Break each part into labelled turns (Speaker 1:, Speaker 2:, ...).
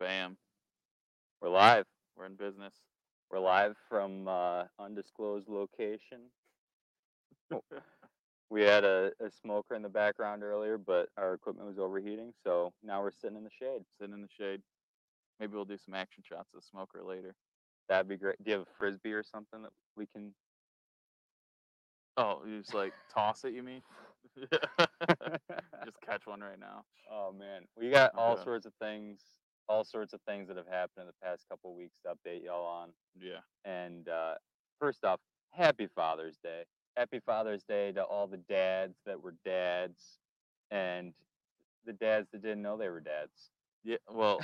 Speaker 1: Bam. We're live. We're in business. We're live from uh, undisclosed location.
Speaker 2: Oh.
Speaker 1: we had a, a smoker in the background earlier, but our equipment was overheating, so now we're sitting in the shade.
Speaker 2: Sitting in the shade. Maybe we'll do some action shots of the smoker later.
Speaker 1: That'd be great. Do you have a frisbee or something that we can?
Speaker 2: Oh, you just like toss it, you mean? just catch one right now.
Speaker 1: oh man, we got all
Speaker 2: Okay.
Speaker 1: sorts of things, all sorts of things that have happened in the past couple weeks to update y'all on.
Speaker 2: Yeah.
Speaker 1: And uh, first off, happy Father's Day. Happy Father's Day to all the dads that were dads and the dads that didn't know they were dads.
Speaker 2: Yeah. Well,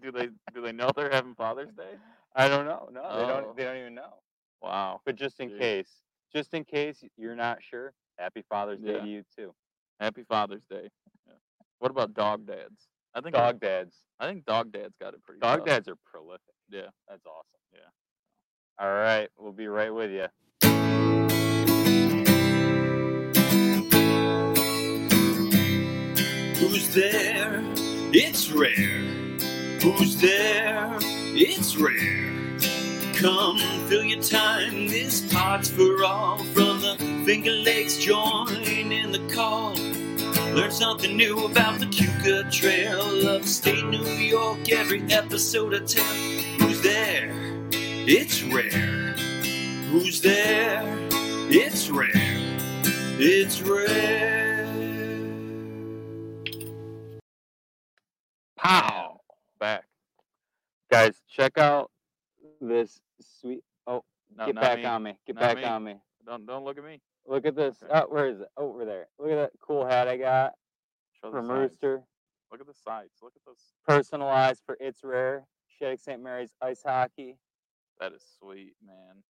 Speaker 2: do they do they know they're having Father's Day?
Speaker 1: I don't know. No, they
Speaker 2: Oh.
Speaker 1: don't they don't even know.
Speaker 2: Wow.
Speaker 1: But just in
Speaker 2: Jeez.
Speaker 1: case, just in case you're not sure, happy Father's Day
Speaker 2: Yeah.
Speaker 1: to you too.
Speaker 2: Happy Father's Day. Yeah. What about dog dads? I think
Speaker 1: Dog dads.
Speaker 2: I think dog dads got it pretty.
Speaker 1: Dog
Speaker 3: uh
Speaker 2: tough.
Speaker 1: dads are prolific.
Speaker 2: Yeah.
Speaker 1: That's awesome.
Speaker 2: Yeah.
Speaker 1: All right, we'll be right with you.
Speaker 3: Who's there? It's rare. Who's there? It's rare. Come fill your time. This pot's for all. From the Finger Lakes, join in the call. Learn something new about the Cuca Trail of State New York. Every episode I tell. Who's there? It's rare. Who's there? It's rare. It's rare.
Speaker 1: Pow!
Speaker 2: Back.
Speaker 1: Guys, check out this sweet.
Speaker 2: No,
Speaker 1: Get
Speaker 2: not
Speaker 1: back
Speaker 2: me.
Speaker 1: on me. Get
Speaker 2: Not
Speaker 1: back
Speaker 2: me.
Speaker 1: on me.
Speaker 2: Don't don't look at me.
Speaker 1: Look at this.
Speaker 2: Okay.
Speaker 1: Oh, where is it? Oh, over there. Look at that cool hat I got
Speaker 2: Show the
Speaker 1: from
Speaker 2: sides.
Speaker 1: Rooster.
Speaker 2: Look at the sides. Look at those.
Speaker 1: Personalized for It's Rare. Shattuck St. Mary's Ice Hockey
Speaker 2: That is sweet, man.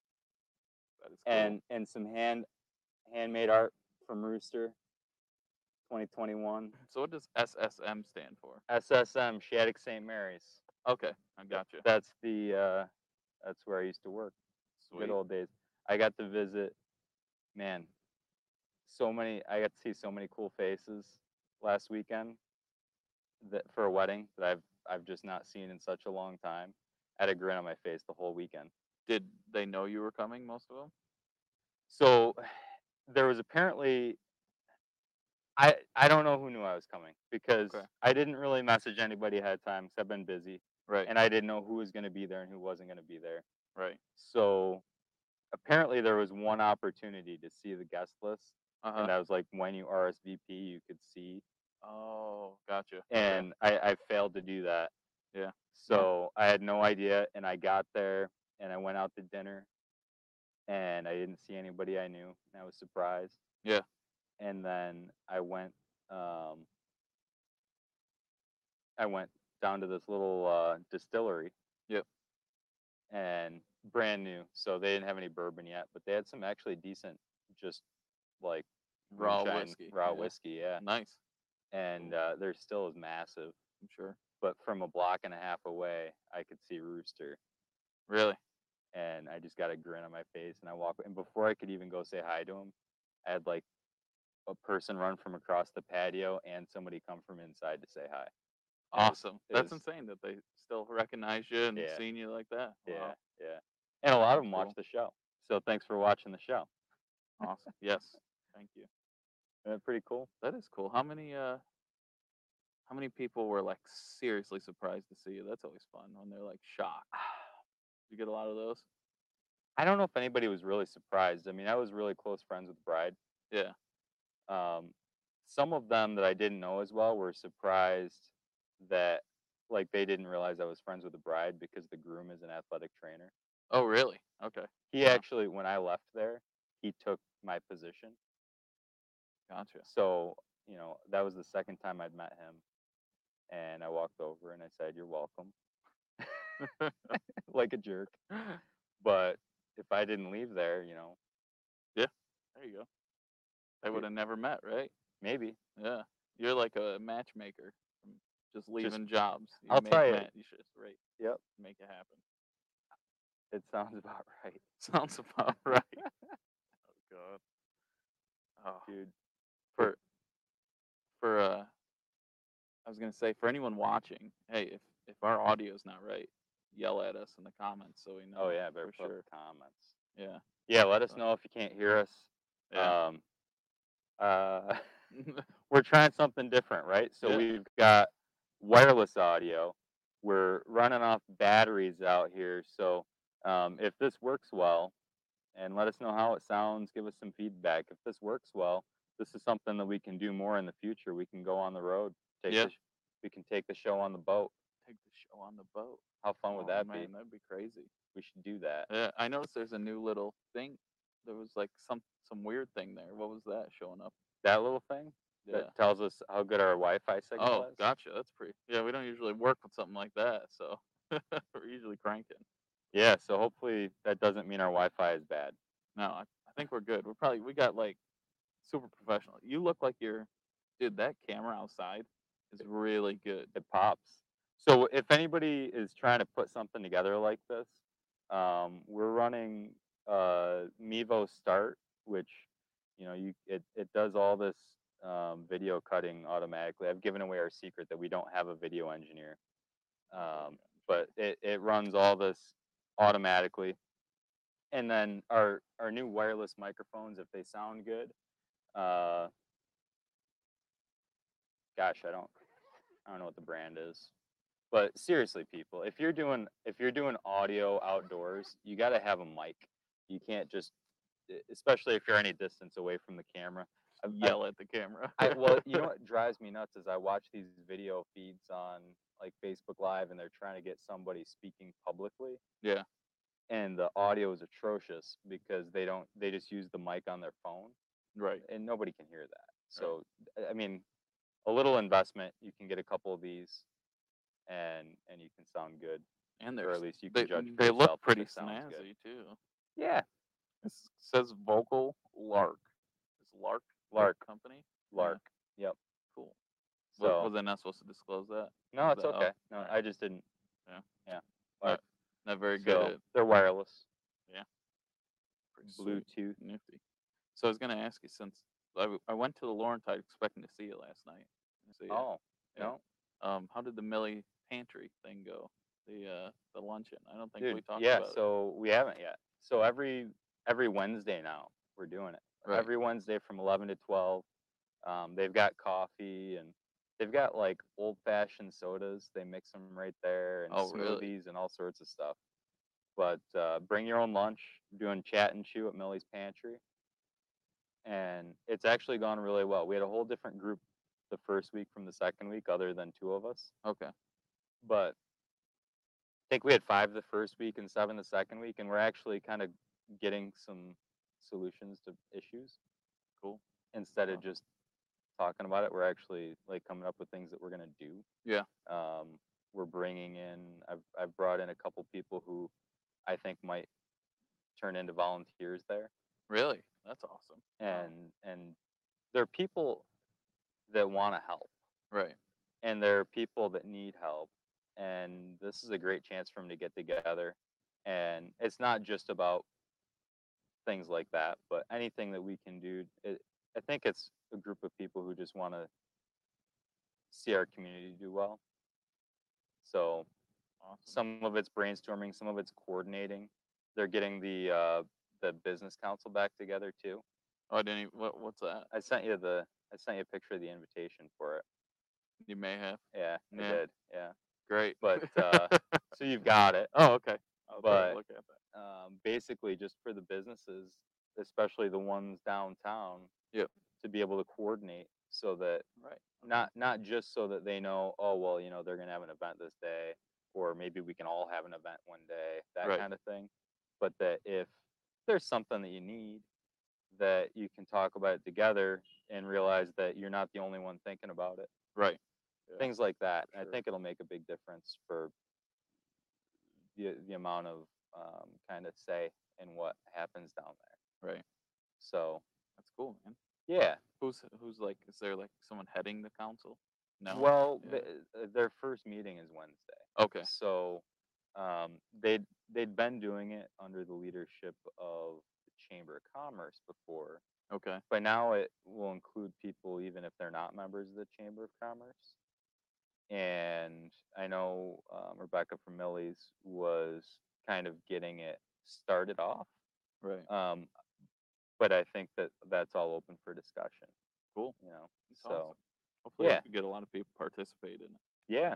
Speaker 2: That is cool.
Speaker 1: and and some hand handmade art from Rooster. 2021
Speaker 2: so what does SSM stand for?
Speaker 1: SSM Shattuck St. Mary's.
Speaker 2: Okay, I gotcha.
Speaker 1: That's the uh, that's where I used to work.
Speaker 2: Sweet.
Speaker 1: Good old days. I got to visit. Man, so many. I got to see so many cool faces last weekend that for a wedding that I've I've just not seen in such a long time. I had a grin on my face the whole weekend.
Speaker 2: Did they know you were coming? Most of them.
Speaker 1: So there was apparently I I don't know who knew I was coming because
Speaker 2: Okay.
Speaker 1: I didn't really message anybody ahead of time 'cause I've been busy
Speaker 2: Right.
Speaker 1: and I didn't know who was going to be there and who wasn't going to be there.
Speaker 2: right.
Speaker 1: So apparently there was one opportunity to see the guest list
Speaker 2: Uh
Speaker 1: and I was like, when you RSVP, you could see,
Speaker 2: Oh, gotcha. Okay.
Speaker 1: and I, I failed to do that.
Speaker 2: Yeah.
Speaker 1: So I had no idea, and I got there, and I went out to dinner, and I didn't see anybody I knew, and I was surprised.
Speaker 2: Yeah.
Speaker 1: And then I went, um, I went down to this little uh, distillery.
Speaker 2: Yep.
Speaker 1: And brand new, so they didn't have any bourbon yet, but they had some actually decent, just like
Speaker 2: raw
Speaker 1: moonshine-
Speaker 2: whiskey.
Speaker 1: Raw
Speaker 2: yeah. Mm.
Speaker 1: whiskey, yeah.
Speaker 2: Nice.
Speaker 1: And uh, they're still as massive,
Speaker 2: I'm sure.
Speaker 1: but from a block and a half away, I could see Rooster,
Speaker 2: Really.
Speaker 1: and I just got a grin on my face, and I walk. And before I could even go say hi to him, I had like a person run from across the patio and somebody come from inside to say hi. It was-
Speaker 2: Awesome. That's
Speaker 1: is-
Speaker 2: insane that they still recognize you and
Speaker 1: Yeah.
Speaker 2: seen you like that.
Speaker 1: Yeah,
Speaker 2: Wow.
Speaker 1: yeah. And a lot of them watch
Speaker 2: Cool.
Speaker 1: the show, so thanks for watching the show.
Speaker 2: Awesome. Yes. Thank you.
Speaker 1: Isn't that pretty cool?
Speaker 2: That is cool. How many uh how many people were like seriously surprised to see you? That's always fun when they're like shocked. You get a lot of those?
Speaker 1: I don't know if anybody was really surprised. I mean, I was really close friends with the Bride.
Speaker 2: Yeah.
Speaker 1: um, some of them that I didn't know as well were surprised that like they didn't realize I was friends with the bride because the groom is an athletic trainer.
Speaker 2: Oh really? Okay.
Speaker 1: He
Speaker 2: Wow.
Speaker 1: actually, when I left there, he took my position.
Speaker 2: Gotcha.
Speaker 1: So you know that was the second time I'd met him, and I walked over and I said, "You're welcome," like a jerk. But if I didn't leave there, you know,
Speaker 2: There you go. They
Speaker 1: Yeah.
Speaker 2: would have never met, right?
Speaker 1: maybe
Speaker 2: Yeah. You're like a matchmaker from just leaving jobs. You
Speaker 1: I'll
Speaker 2: make
Speaker 1: tell ya.
Speaker 2: ma- You should just rate.
Speaker 1: Yep.
Speaker 2: Make it happen.
Speaker 1: it sounds about right,
Speaker 2: Sounds about right. oh god. Oh.
Speaker 1: dude.
Speaker 2: for for uh I was gonna say for anyone watching, hey, if if our audio's not right, yell at us in the comments so we know.
Speaker 1: Oh yeah, better
Speaker 2: for
Speaker 1: put up
Speaker 2: sure.
Speaker 1: comments.
Speaker 2: Yeah.
Speaker 1: Yeah, let us
Speaker 2: Uh,
Speaker 1: know if you can't hear us.
Speaker 2: Yeah.
Speaker 1: Um, uh, we're trying something different, right? So
Speaker 2: Yeah.
Speaker 1: we've got wireless audio. We're running off batteries out here. So um, if this works well, and let us know how it sounds, give us some feedback. If this works well, this is something that we can do more in the future. We can go on the road. Take
Speaker 2: Yeah.
Speaker 1: the, sh- we can take the show on the boat.
Speaker 2: Take the show on the boat.
Speaker 1: How fun would
Speaker 2: Oh,
Speaker 1: that
Speaker 2: man,
Speaker 1: be?
Speaker 2: That'd be crazy.
Speaker 1: We should do that.
Speaker 2: Yeah, Uh, I noticed there's a new little thing. There was like some some weird thing there. What was that showing up?
Speaker 1: That little thing
Speaker 2: Yeah.
Speaker 1: that tells us how good our Wi-Fi signal
Speaker 2: Oh,
Speaker 1: is.
Speaker 2: gotcha. That's pretty. Yeah, we don't usually work with something like that, so we're usually cranking.
Speaker 1: Yeah, so hopefully that doesn't mean our Wi-Fi is bad.
Speaker 2: No, I, I think we're good. We're probably we got like super professional. You look like you're, dude. That camera outside is really good.
Speaker 1: It pops. So if anybody is trying to put something together like this, um, we're running uh, Mevo Start, which you know you it, it does all this um, video cutting automatically. I've given away our secret that we don't have a video engineer, um, but it, it runs all this automatically. And then our our new wireless microphones, if they sound good, uh, gosh, I don't I don't know what the brand is. But seriously, people, if you're doing if you're doing audio outdoors, you got to have a mic. You can't just, e- especially if you're any distance away from the camera. I- I-
Speaker 2: Yell at the camera.
Speaker 1: I, well, you know what drives me nuts is I watch these video feeds on like Facebook Live, and they're trying to get somebody speaking publicly.
Speaker 2: Yeah.
Speaker 1: And the audio is atrocious because they don't they just use the mic on their phone
Speaker 2: right.
Speaker 1: and nobody can hear that. So uh, I- I mean, a little investment, you can get a couple of these, and and you can sound good,
Speaker 2: And
Speaker 1: or
Speaker 2: they're
Speaker 1: at least you can
Speaker 2: they,
Speaker 1: judge. for
Speaker 2: they
Speaker 1: yourself
Speaker 2: look
Speaker 1: if
Speaker 2: pretty
Speaker 1: it sounds good.
Speaker 2: snazzy too.
Speaker 1: Yeah,
Speaker 2: It says Vocal Lark. Is Lark the
Speaker 1: Lark.
Speaker 2: company? Yeah.
Speaker 1: Lark. Yep.
Speaker 2: Cool. So
Speaker 1: So
Speaker 2: was I not supposed to disclose that?
Speaker 1: no,
Speaker 2: is
Speaker 1: it's
Speaker 2: that out?
Speaker 1: okay. No,
Speaker 2: Alright.
Speaker 1: I just didn't.
Speaker 2: Yeah.
Speaker 1: yeah.
Speaker 2: Not,
Speaker 1: Lark.
Speaker 2: not very good.
Speaker 1: So
Speaker 2: at
Speaker 1: they're wireless,
Speaker 2: pretty sweet.
Speaker 1: Bluetooth.
Speaker 2: Nifty. So I was gonna ask you since I, w- I went to the Laurentide expecting to see you last night. and see ya.
Speaker 1: Oh
Speaker 2: Yeah.
Speaker 1: no,
Speaker 2: Um, how did the Millie Pantry thing go? The uh, the luncheon. I don't think we
Speaker 1: dude.
Speaker 2: talked
Speaker 1: Yeah,
Speaker 2: about
Speaker 1: so we haven't yet. So every every Wednesday now we're doing it.
Speaker 2: it. Right.
Speaker 1: every Wednesday from 11 to 12. Um, they've got coffee and they've got like old fashioned sodas. They mix them right there and
Speaker 2: Oh,
Speaker 1: smoothies
Speaker 2: really?
Speaker 1: and all sorts of stuff. But uh, bring your own lunch, doing chat and chew at Millie's Pantry. And it's actually gone really well. We had a whole different group the first week from the second week, other than two of us.
Speaker 2: Okay.
Speaker 1: But I think we had five the first week and seven the second week. And we're actually kind of getting some solutions to issues
Speaker 2: Cool.
Speaker 1: instead of
Speaker 2: Wow.
Speaker 1: just talking about it we're actually like coming up with things that we're going to do
Speaker 2: Yeah.
Speaker 1: um we're bringing in i've i've brought in a couple people who i think might turn into volunteers there
Speaker 2: Really? That's awesome. Wow.
Speaker 1: and and they're people that want to help
Speaker 2: Right.
Speaker 1: and there are people that need help and this is a great chance for them to get together and it's not just about things like that but anything that we can do it, i think it's a group of people who just want to see our community do well so
Speaker 2: Awesome.
Speaker 1: some of it's brainstorming some of it's coordinating they're getting the uh, the business council back together too
Speaker 2: oh, I didn't. Even, what what's that?
Speaker 1: i sent you the i sent you a picture of the invitation for it
Speaker 2: You may have.
Speaker 1: yeah i
Speaker 2: Yeah.
Speaker 1: did yeah
Speaker 2: Great.
Speaker 1: but uh, so you've got it
Speaker 2: oh, okay. I'll take a
Speaker 1: but-
Speaker 2: look at that.
Speaker 1: um, basically just for the businesses, especially the ones downtown,
Speaker 2: Yep.
Speaker 1: to be able to coordinate so that
Speaker 2: Right.
Speaker 1: not not just so that they know, oh well, you know, they're gonna have an event this day, or maybe we can all have an event one day, that
Speaker 2: Right.
Speaker 1: kind of thing. But that if there's something that you need, that you can talk about it together and realize that you're not the only one thinking about it.
Speaker 2: Right. Yeah.
Speaker 1: Things like that.
Speaker 2: sure.
Speaker 1: I think it'll make a big difference for the the amount of um, kind of say and what happens down there.
Speaker 2: Right.
Speaker 1: So
Speaker 2: That's cool, man.
Speaker 1: yeah,
Speaker 2: Who's who's like? Is there like someone heading the council? No.
Speaker 1: well,
Speaker 2: Yeah.
Speaker 1: th- uh their first meeting is Wednesday.
Speaker 2: okay.
Speaker 1: So um, they'd they'd been doing it under the leadership of the Chamber of Commerce before,
Speaker 2: Okay.
Speaker 1: but now it will include people even if they're not members of the Chamber of Commerce. and I know um, Rebecca from Millie's was kind of getting it started off.
Speaker 2: Right.
Speaker 1: Um, but I think that that's all open for discussion.
Speaker 2: Cool.
Speaker 1: You know,
Speaker 2: That's
Speaker 1: so
Speaker 2: awesome. Hopefully, we
Speaker 1: yeah.
Speaker 2: can get a lot of people participate in it.
Speaker 1: yeah,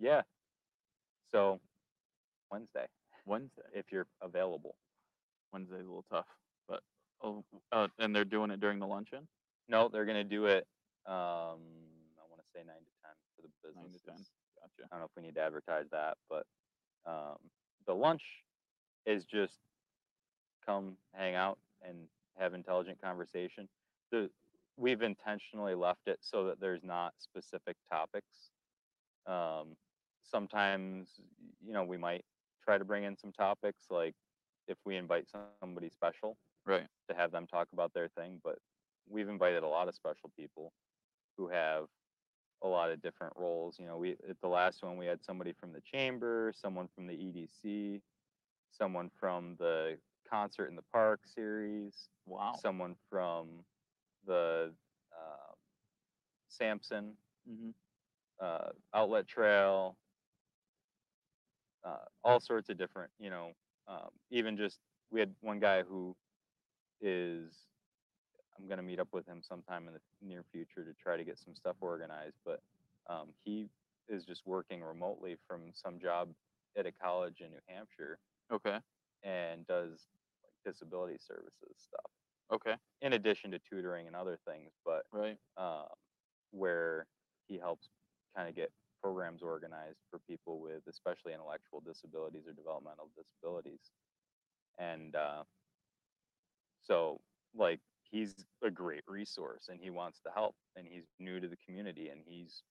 Speaker 1: yeah. So Wednesday,
Speaker 2: Wednesday.
Speaker 1: if you're available.
Speaker 2: Wednesday's a little tough, but oh, uh, and they're doing it during the luncheon.
Speaker 1: No, they're gonna do it. Um, I want to say nine to ten for the business.
Speaker 2: Nine to 10. Gotcha.
Speaker 1: I don't know if we need to advertise that, but um, the lunch is just come hang out and have intelligent conversation. The we've intentionally left it so that there's not specific topics. Um, sometimes you know we might try to bring in some topics like if we invite somebody special
Speaker 2: Right.
Speaker 1: to have them talk about their thing, but we've invited a lot of special people who have a lot of different roles. You know, we at the last one we had somebody from the chamber, someone from the EDC, someone from the concert in the park series,
Speaker 2: Wow.
Speaker 1: someone from the um Sampson
Speaker 2: hmm
Speaker 1: uh, outlet trail, uh, all sorts of different, you know, um, even just we had one guy who is, I'm going to meet up with him sometime in the near future to try to get some stuff organized, but um, he is just working remotely from some job at a college in New Hampshire
Speaker 2: Okay.
Speaker 1: and does like disability services stuff
Speaker 2: Okay.
Speaker 1: in addition to tutoring and other things, but
Speaker 2: Right.
Speaker 1: um, where he helps kind of get programs organized for people with especially intellectual disabilities or developmental disabilities and uh, so like he's a great resource and he wants to help and he's new to the community and he's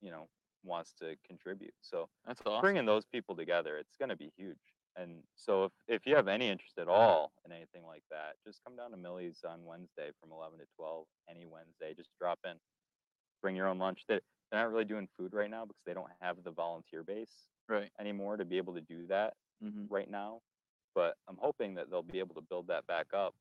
Speaker 1: you know wants to contribute so
Speaker 2: That's awesome.
Speaker 1: bringing those people together it's going to be huge and so if, if you have any interest at all in anything like that just come down to millie's on wednesday from 11 to 12 any wednesday just drop in bring your own lunch they, they're not really doing food right now because they don't have the volunteer base
Speaker 2: Right.
Speaker 1: anymore to be able to do that
Speaker 2: hmm
Speaker 1: right now but i'm hoping that they'll be able to build that back up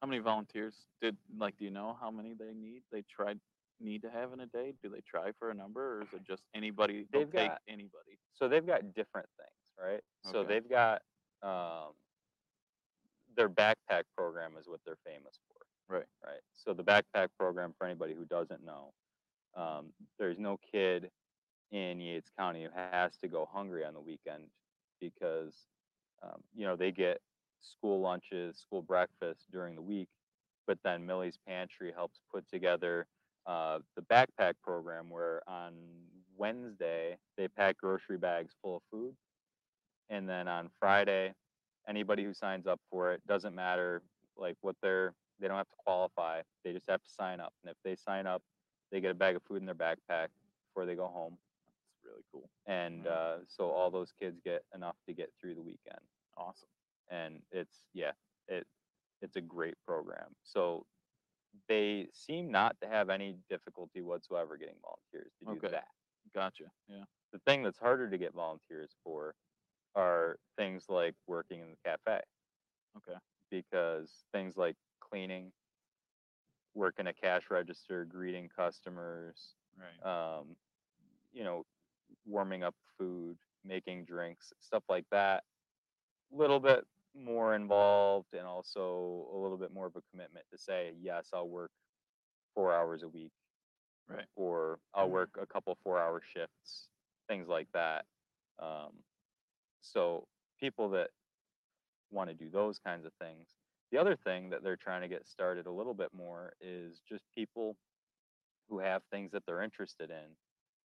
Speaker 2: How many volunteers did like? Do you know how many they need? They tried need to have in a day. Do they try for a number, or is it just anybody? they'll
Speaker 1: They've
Speaker 2: take
Speaker 1: got-
Speaker 2: anybody.
Speaker 1: so they've got different things right so
Speaker 2: Okay.
Speaker 1: they've got um, their backpack program is what they're famous for
Speaker 2: Right.
Speaker 1: right? So the backpack program, for anybody who doesn't know, um, there's no kid in Yates County who has to go hungry on the weekend because, um, you know, they get school lunches, school breakfast during the week, but then Millie's Pantry helps put together uh, the backpack program where on Wednesday they pack grocery bags full of food. And then on Friday, anybody who signs up for it doesn't matter like what they're they don't have to qualify. They just have to sign up. And if they sign up, they get a bag of food in their backpack before they go home.
Speaker 2: It's really cool.
Speaker 1: And
Speaker 2: Wow.
Speaker 1: uh, so all those kids get enough to get through the weekend.
Speaker 2: Awesome.
Speaker 1: And it's yeah, it it's a great program. So they seem not to have any difficulty whatsoever getting volunteers to do
Speaker 2: Okay.
Speaker 1: that.
Speaker 2: Gotcha. Yeah.
Speaker 1: The thing that's harder to get volunteers for are things like working in the cafe
Speaker 2: Okay.
Speaker 1: because things like cleaning, working a cash register, greeting customers,
Speaker 2: Right.
Speaker 1: um, you know, warming up food, making drinks, stuff like that. A little bit more involved and also a little bit more of a commitment to say, yes, I'll work four hours a week.
Speaker 2: Right.
Speaker 1: Or I'll
Speaker 2: Mhm.
Speaker 1: work a couple four hour shifts, things like that. Um, so people that want to do those kinds of things. The other thing that they're trying to get started a little bit more is just people who have things that they're interested in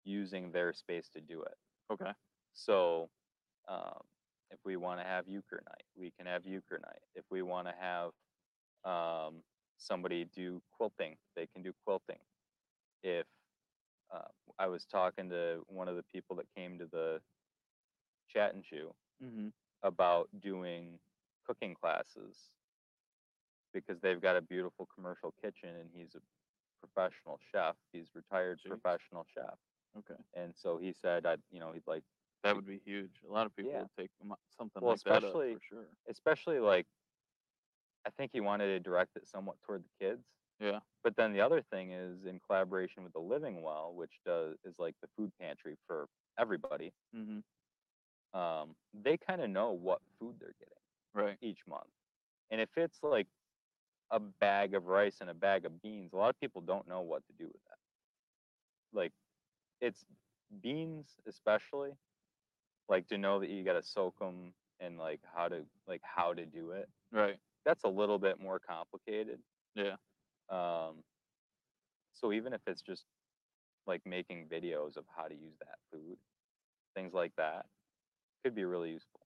Speaker 1: using their space to do it.
Speaker 2: Okay.
Speaker 1: So, um, if we want to have euchre night, we can have euchre night. If we want to have um, somebody do quilting, they can do quilting. If uh, I was talking to one of the people that came to the chat and chew
Speaker 2: Mm-hmm.
Speaker 1: about doing cooking classes because they've got a beautiful commercial kitchen and he's a professional chef. He's retired
Speaker 2: Jeez.
Speaker 1: professional chef.
Speaker 2: Okay.
Speaker 1: And so he said, I, you know, he'd like,
Speaker 2: That would be huge. A lot of people
Speaker 1: Yeah.
Speaker 2: would take mo- something
Speaker 1: Well,
Speaker 2: like that up
Speaker 1: especially-
Speaker 2: for sure.
Speaker 1: especially like, I think he wanted to direct it somewhat toward the kids
Speaker 2: Yeah.
Speaker 1: But then the other thing is in collaboration with the Living Well, which does is like the food pantry for everybody.
Speaker 2: Mm-hmm.
Speaker 1: Um, they kind of know what food they're getting
Speaker 2: Right.
Speaker 1: each month, and if it's like a bag of rice and a bag of beans, a lot of people don't know what to do with that. Like, it's beans especially, like to know that you got to soak them and like how to like how to do it
Speaker 2: Right.
Speaker 1: that's a little bit more complicated.
Speaker 2: Yeah.
Speaker 1: Um, so even if it's just like making videos of how to use that food, things like that could be really useful.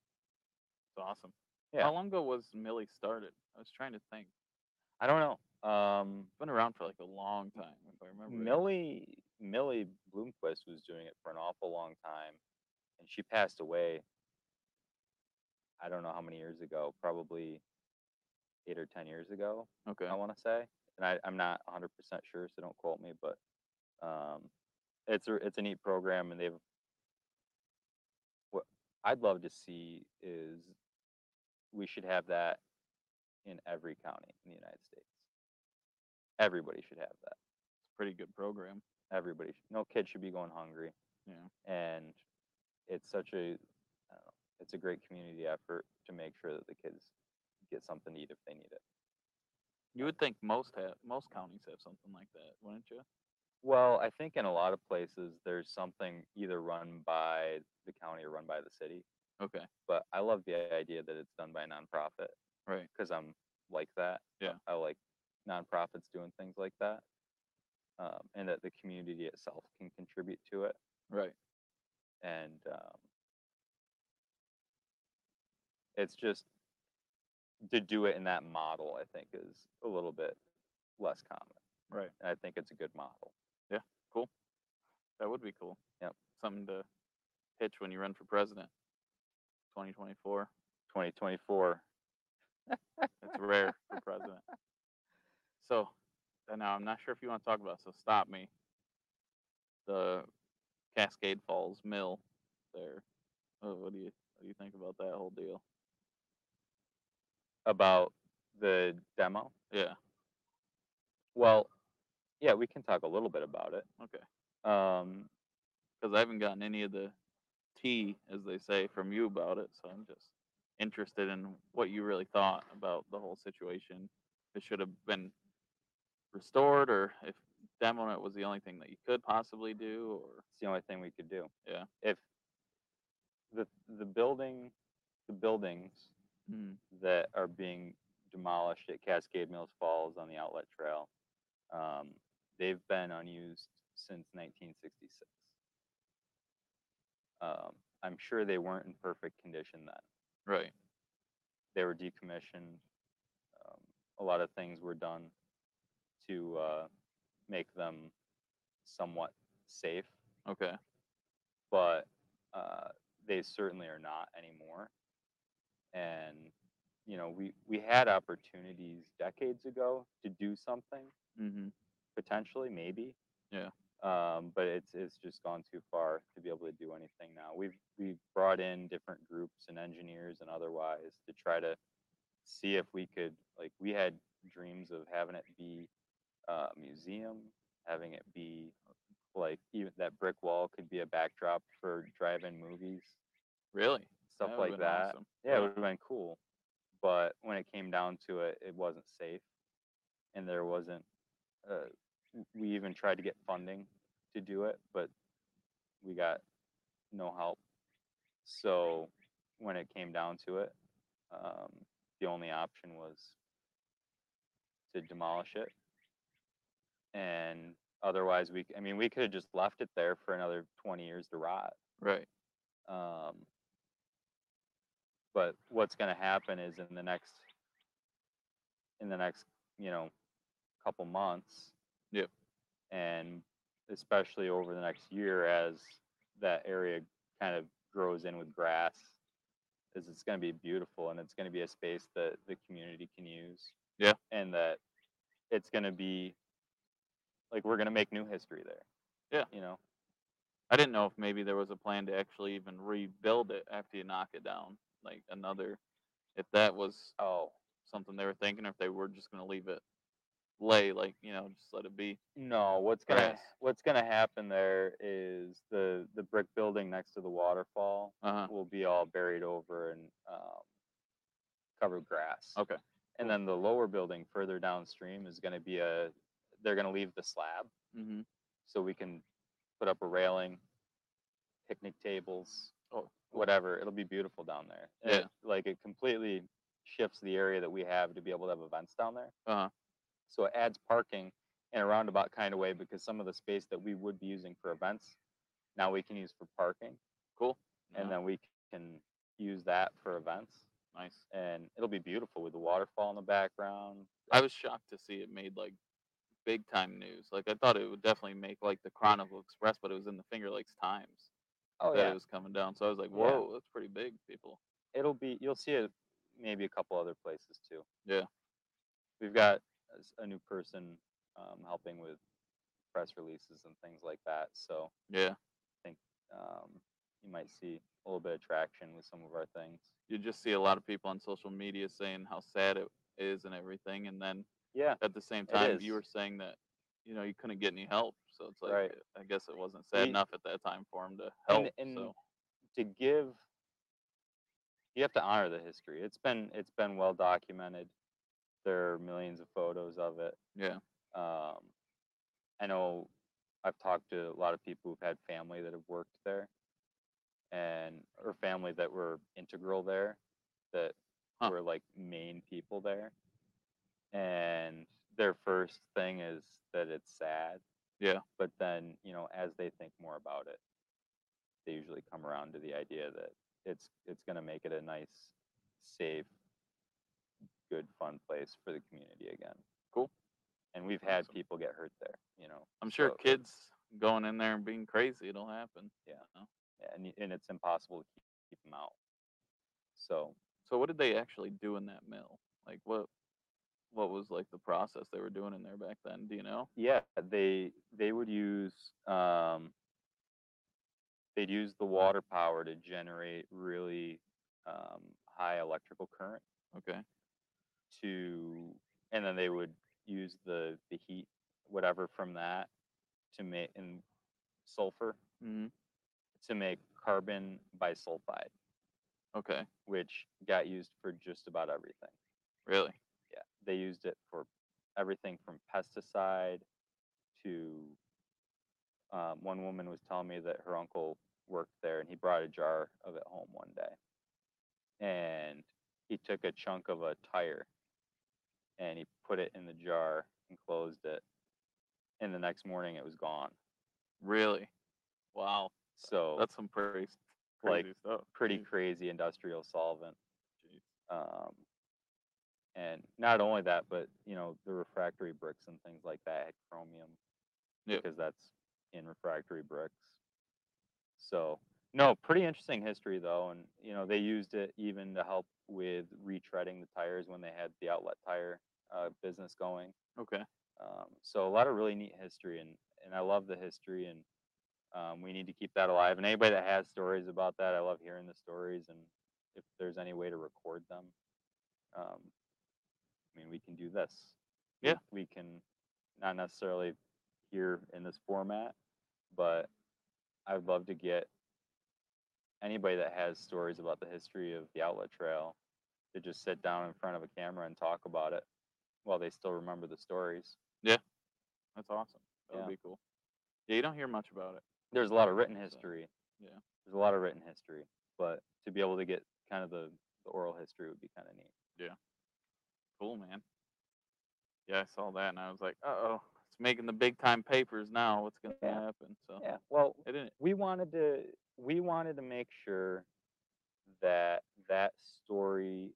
Speaker 2: It's awesome.
Speaker 1: Yeah.
Speaker 2: How long ago was Millie started? I was trying to think.
Speaker 1: I don't know. Um,
Speaker 2: It's been around for like a long time, if I remember. right.
Speaker 1: Millie Millie Bloomquist was doing it for an awful long time, and she passed away. I don't know how many years ago, probably eight or ten years ago.
Speaker 2: Okay.
Speaker 1: I want to say, and I, I'm not 100 percent sure, so don't quote me. But um, it's a, it's a neat program, and they've what I'd love to see is we should have that in every county in the United States. Everybody should have that.
Speaker 2: Pretty good program.
Speaker 1: Everybody, sh- no kid should be going hungry.
Speaker 2: Yeah.
Speaker 1: and it's such a I don't know, it's a great community effort to make sure that the kids get something to eat if they need it.
Speaker 2: You would think most have most counties have something like that, wouldn't you?
Speaker 1: Well, I think in a lot of places there's something either run by the county or run by the city.
Speaker 2: Okay.
Speaker 1: But I love the idea that it's done by a nonprofit
Speaker 2: Right.
Speaker 1: because I'm like that. I-
Speaker 2: Yeah.
Speaker 1: I like nonprofits doing things like that, um, and that the community itself can contribute to it.
Speaker 2: Right.
Speaker 1: And um, it's just to do it in that model. I think is a little bit less common.
Speaker 2: Right.
Speaker 1: And I think it's a good model.
Speaker 2: That would be cool.
Speaker 1: Yep.
Speaker 2: Something to pitch when you run for president. 2024.
Speaker 1: 2024.
Speaker 2: That's rare for president. So, and now I'm not sure if you want to talk about. it, So stop me. The Cascade Falls Mill, there. Oh, what do you what do you think about that whole deal?
Speaker 1: about the demo?
Speaker 2: Yeah.
Speaker 1: Well, yeah, we can talk a little bit about it.
Speaker 2: Okay.
Speaker 1: Um,
Speaker 2: Because I haven't gotten any of the tea, as they say, from you about it. So I'm just interested in what you really thought about the whole situation. If It should have been restored, or if demoing it was the only thing that you could possibly do, or
Speaker 1: it's the only thing we could do.
Speaker 2: Yeah.
Speaker 1: If the the building, the buildings that are being demolished at Cascade Mills Falls on the Outlet Trail, um, they've been unused since 1966. Um, I'm sure they weren't in perfect condition then.
Speaker 2: right.
Speaker 1: they were decommissioned. Um, a lot of things were done to uh, make them somewhat safe,
Speaker 2: Okay.
Speaker 1: but uh, they certainly are not anymore. And you know, we we had opportunities decades ago to do something
Speaker 2: Mm-hmm.
Speaker 1: potentially, maybe.
Speaker 2: Yeah.
Speaker 1: Um, but it's it's just gone too far to be able to do anything now. We've we've brought in different groups and engineers and otherwise to try to see if we could like we had dreams of having it be uh, a museum, having it be like even that brick wall could be a backdrop for drive-in movies,
Speaker 2: Really?
Speaker 1: stuff
Speaker 2: would've
Speaker 1: like
Speaker 2: been
Speaker 1: that.
Speaker 2: awesome.
Speaker 1: Yeah,
Speaker 2: Yeah.
Speaker 1: it would have been cool. But when it came down to it, it wasn't safe. And there wasn't, uh, w- we even tried to get funding to do it, but we got no help. So when it came down to it, um, the only option was to demolish it. And otherwise, we, I mean, we could have just left it there for another 20 years to rot.
Speaker 2: Right.
Speaker 1: Um, but what's going to happen is in the next, in the next, you know, couple months.
Speaker 2: Yep.
Speaker 1: And especially over the next year, as that area kind of grows in with grass, is it's going to be beautiful and it's going to be a space that the community can use.
Speaker 2: Yeah.
Speaker 1: And that it's going to be like we're going to make new history there.
Speaker 2: Yeah.
Speaker 1: You know.
Speaker 2: I didn't know if maybe there was a plan to actually even rebuild it after you knock it down, like another. If that was
Speaker 1: Oh.
Speaker 2: something they were thinking, or if they were just going to leave it lay like you know just let it be.
Speaker 1: No, what's gonna
Speaker 2: Right.
Speaker 1: what's gonna happen there is the the brick building next to the waterfall
Speaker 2: Uh-huh.
Speaker 1: will be all buried over and um, covered grass.
Speaker 2: Okay, cool.
Speaker 1: And then the lower building further downstream is gonna be a they're gonna leave the slab
Speaker 2: hmm
Speaker 1: so we can put up a railing, picnic tables,
Speaker 2: Oh,
Speaker 1: whatever. It'll be beautiful down there. And
Speaker 2: Yeah.
Speaker 1: it- like it completely shifts the area that we have to be able to have events down there.
Speaker 2: Uh-huh.
Speaker 1: So it adds parking in a roundabout kind of way because some of the space that we would be using for events, now we can use for parking,
Speaker 2: Cool.
Speaker 1: and
Speaker 2: Yeah,
Speaker 1: then we can use that for events.
Speaker 2: nice.
Speaker 1: And it'll be beautiful with the waterfall in the background.
Speaker 2: I was shocked to see it made like big time news. Like I thought it would definitely make like the Chronicle Express, but it was in the Finger Lakes Times
Speaker 1: Oh
Speaker 2: that it was coming down. So I was like,
Speaker 1: Yeah.
Speaker 2: whoa, that's pretty big, people.
Speaker 1: it'll be you'll see it maybe a couple other places too.
Speaker 2: Yeah.
Speaker 1: We've got a s- a new person um, helping with press releases and things like that, so
Speaker 2: Yeah,
Speaker 1: um, you might see a little bit of traction with some of our things.
Speaker 2: you just see a lot of people on social media saying how sad it is and everything, and then
Speaker 1: Yeah,
Speaker 2: at the same time
Speaker 1: is.
Speaker 2: you were saying that you know you couldn't get any help. So it's like
Speaker 1: Right.
Speaker 2: I guess it wasn't sad
Speaker 1: We-
Speaker 2: enough at that time for him to
Speaker 1: and,
Speaker 2: help.
Speaker 1: and
Speaker 2: so
Speaker 1: to give, you have to honor the history. It's been it's been well documented. There are millions of photos of it.
Speaker 2: yeah,
Speaker 1: Um, I know I've talked to a lot of people who've had family that have worked there, and or family that were integral there, that
Speaker 2: Huh.
Speaker 1: were like main people there, and their first thing is that it's sad.
Speaker 2: Yeah.
Speaker 1: But then you know, as they think more about it, they usually come around to the idea that it's it's going to make it a nice, safe, good, fun place for the community again
Speaker 2: cool.
Speaker 1: and we've had
Speaker 2: Awesome.
Speaker 1: people get hurt there. You know,
Speaker 2: I'm sure
Speaker 1: so-
Speaker 2: kids going in there and being crazy, it'll happen.
Speaker 1: Yeah.
Speaker 2: you know?
Speaker 1: and y- and it's impossible to keep, keep them out. So
Speaker 2: So what did they actually do in that mill? Like what what was like the process they were doing in there back then? Do you know?
Speaker 1: yeah, they they would use um, they'd use the water power to generate really um, high electrical current
Speaker 2: Okay.
Speaker 1: to, and then they would use the the heat whatever from that to make and sulfur
Speaker 2: hmm
Speaker 1: to make carbon bisulfide,
Speaker 2: Okay.
Speaker 1: which got used for just about everything.
Speaker 2: Really?
Speaker 1: yeah, they used it for everything from pesticide to. Um, one woman was telling me that her uncle worked there and he brought a jar of it home one day. And he took a chunk of a tire and he put it in the jar and closed it. And the next morning it was gone.
Speaker 2: Really? Wow.
Speaker 1: So
Speaker 2: That's some pretty s-
Speaker 1: Like,
Speaker 2: crazy stuff.
Speaker 1: pretty
Speaker 2: Jeez,
Speaker 1: crazy industrial solvent.
Speaker 2: Mm. jeez.
Speaker 1: um, and not only that, but you know the refractory bricks and things like that had chromium
Speaker 2: Yep.
Speaker 1: because that's in refractory bricks. So no, pretty interesting history though, and you know they used it even to help with retreading the tires when they had the outlet tire uh, business going.
Speaker 2: Okay.
Speaker 1: Um, so a lot of really neat history, and and I love the history, and um, we need to keep that alive. And anybody that has stories about that, I love hearing the stories, and if there's any way to record them, um, I mean, we can do this. We-
Speaker 2: Yeah.
Speaker 1: we can, not necessarily here in this format, but I'd love to get anybody that has stories about the history of the Outlet Trail to just sit down in front of a camera and talk about it while they still remember the stories.
Speaker 2: That's awesome. That
Speaker 1: Yeah.
Speaker 2: would be cool. Yeah, you don't hear much about it.
Speaker 1: there's a lot of written
Speaker 2: So,
Speaker 1: history.
Speaker 2: yeah.
Speaker 1: There's a lot of written history, but to be able to get kind of the, the oral history would be kind of neat.
Speaker 2: Cool, man. Yeah, I saw that and I was like, uh oh, it's making the big time papers now. What's gonna
Speaker 1: Yeah.
Speaker 2: happen? So
Speaker 1: Yeah. Well,
Speaker 2: it didn't
Speaker 1: we wanted to we wanted to make sure that that story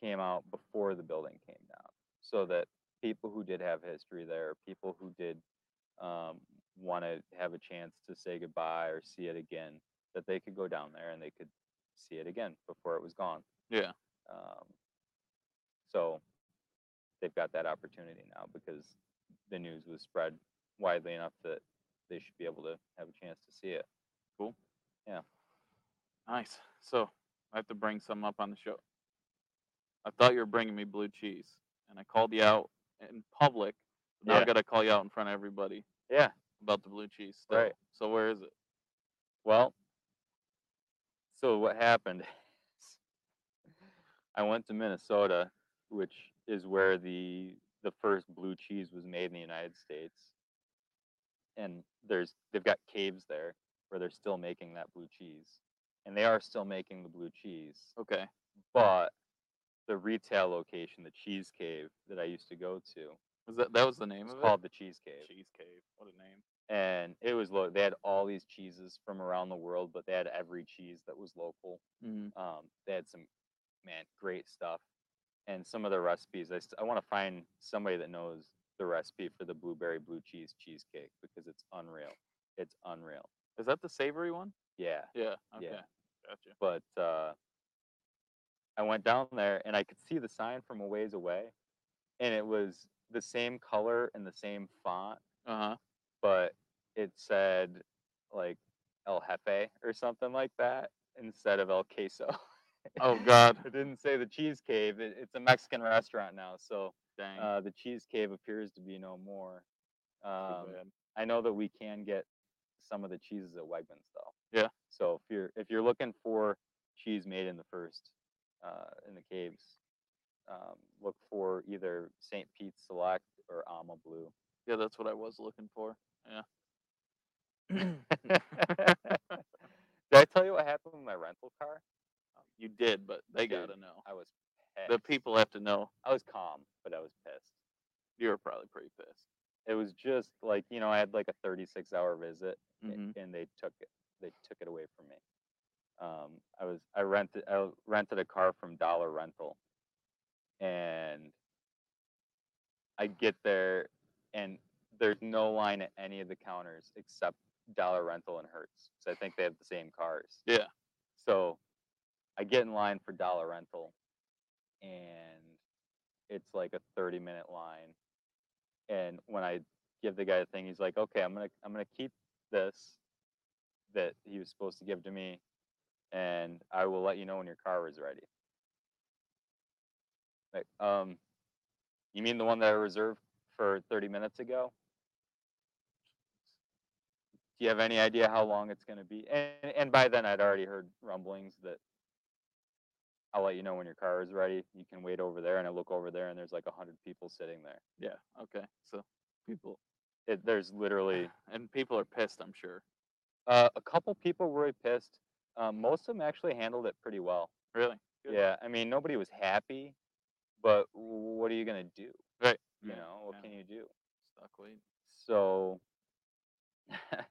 Speaker 1: came out before the building came down, so that people who did have history there, people who did um, want to have a chance to say goodbye or see it again, that they could go down there and they could see it again before it was gone.
Speaker 2: Yeah.
Speaker 1: Um, so they've got that opportunity now because the news was spread widely enough that they should be able to have a chance to see it.
Speaker 2: Nice. So I have to bring some up on the show. I thought you were bringing me blue cheese, and I called you out in public. Now
Speaker 1: Yeah.
Speaker 2: I've got to call you out in front of everybody
Speaker 1: Yeah.
Speaker 2: about the blue cheese. Still.
Speaker 1: Right.
Speaker 2: So where is it?
Speaker 1: Well, so what happened? is I went to Minnesota, which is where the the first blue cheese was made in the United States. And there's they've got caves there where they're still making that blue cheese. And they are still making the blue cheese,
Speaker 2: Okay.
Speaker 1: but the retail location, the Cheese Cave that I used to go to,
Speaker 2: Is that that was the name
Speaker 1: was
Speaker 2: of it?
Speaker 1: called the Cheese Cave.
Speaker 2: Cheese Cave. What a name.
Speaker 1: and it was lo- they had all these cheeses from around the world but they had every cheese that was local
Speaker 2: Mm.
Speaker 1: um, they had some man great stuff and some of the recipes i, st- I want to find somebody that knows the recipe for the blueberry blue cheese cheesecake because it's unreal it's unreal
Speaker 2: Is that the savory one?
Speaker 1: yeah
Speaker 2: Yeah. Okay.
Speaker 1: Yeah.
Speaker 2: Gotcha.
Speaker 1: but uh, I went down there and I could see the sign from a ways away, and it was the same color and the same font,
Speaker 2: Uh huh.
Speaker 1: but it said like El Jefe or something like that instead of El Queso.
Speaker 2: Oh God.
Speaker 1: it didn't say the Cheese Cave. It, it's a Mexican restaurant now, so
Speaker 2: Dang.
Speaker 1: uh, the Cheese Cave appears to be no more.
Speaker 2: too
Speaker 1: Um,
Speaker 2: bad.
Speaker 1: I know that we can get some of the cheeses at Wegmans though.
Speaker 2: Yeah.
Speaker 1: So if you're if you're looking for cheese made in the first uh, in the caves, um, look for either St. Pete's Select or Alma Blue.
Speaker 2: yeah, that's what I was looking for.
Speaker 1: Did I tell you what happened with my rental car?
Speaker 2: You did, but they
Speaker 1: Dude,
Speaker 2: gotta know.
Speaker 1: I was
Speaker 2: The
Speaker 1: pissed.
Speaker 2: people have to know.
Speaker 1: I was calm, but I was pissed.
Speaker 2: You were probably pretty pissed.
Speaker 1: It was just like you know I had like a 36 hour visit a-
Speaker 2: Mhm.
Speaker 1: and they took it they took it away from me um i was i rented i rented a car from dollar rental and i get there and there's no line at any of the counters except dollar rental and hertz so i think they have the same cars
Speaker 2: Yeah.
Speaker 1: so i get in line for dollar rental and it's like a 30 minute line and when i give the guy a thing he's like okay i'm gonna i'm gonna keep this that he was supposed to give to me, and I will let you know when your car is ready. Like, um, you mean the one that I reserved for 30 minutes ago? Do you have any idea how long it's going to be? And, and by then, I'd already heard rumblings that I'll let you know when your car is ready. You can wait over there. And I look over there, and there's like 100 people sitting there.
Speaker 2: Yeah. Okay. So people
Speaker 1: It, there's literally
Speaker 2: and people are pissed. I'm sure.
Speaker 1: Uh, a couple people were pissed. Um, most of them actually handled it pretty well.
Speaker 2: Really. Good.
Speaker 1: Yeah, I mean nobody was happy, but w- what are you gonna do?
Speaker 2: Right.
Speaker 1: You
Speaker 2: Yeah,
Speaker 1: know what
Speaker 2: yeah.
Speaker 1: can you do?
Speaker 2: Stuck waiting.
Speaker 1: So,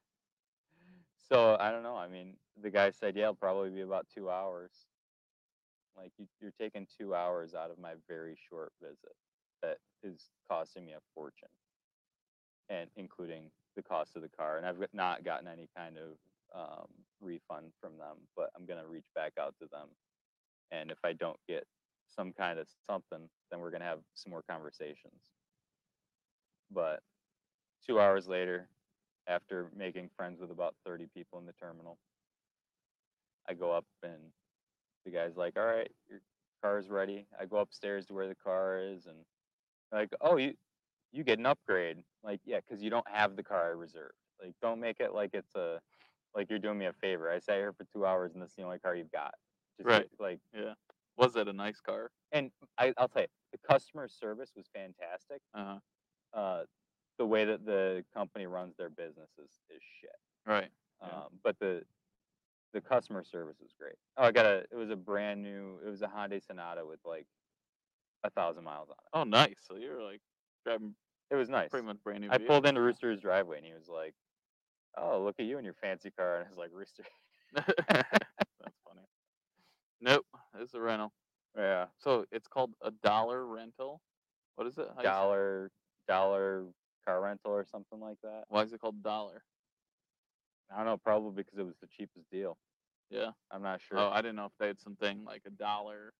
Speaker 1: so I don't know. I mean, the guy said, yeah, it'll probably be about two hours. Like you, you're taking two hours out of my very short visit that is costing me a fortune, and including the cost of the car. And I've got- not gotten any kind of um, refund from them, but I'm gonna reach back out to them, and if I don't get some kind of something, then we're gonna have some more conversations. But two hours later, after making friends with about 30 people in the terminal, I go up and the guy's like, All right, your car's ready. I go upstairs to where the car is and like, Oh, you you get an upgrade. Like, yeah, because you don't have the car I reserved. Like, don't make it like it's a like you're doing me a favor. I sat here for two hours and this is the only car you've got. Just
Speaker 2: Right.
Speaker 1: like
Speaker 2: Was that a nice car?
Speaker 1: I, I'll tell you, the customer service was fantastic
Speaker 2: Uh huh.
Speaker 1: uh, the way that the company runs their business is, is shit.
Speaker 2: Right.
Speaker 1: Um,
Speaker 2: Yeah.
Speaker 1: But the the customer service was great. Oh, I got a it was a brand new it was a Hyundai Sonata with like a thousand miles on
Speaker 2: Oh, nice. So you're like driving
Speaker 1: it. It was nice.
Speaker 2: pretty much brand new.
Speaker 1: I pulled into
Speaker 2: vehicles
Speaker 1: Rooster's driveway and he was like, "Oh, look at you and your fancy car," and I was like, "Rooster,
Speaker 2: now. That's funny. Nope. It's a rental.
Speaker 1: yeah,
Speaker 2: So it's called a dollar rental. What is it? How you say-
Speaker 1: dollar dollar car rental or something like that."
Speaker 2: Why is it called dollar?
Speaker 1: I don't know, probably because it was the cheapest deal.
Speaker 2: Yeah.
Speaker 1: I'm not sure.
Speaker 2: Oh, I didn't know if they had something like a dollar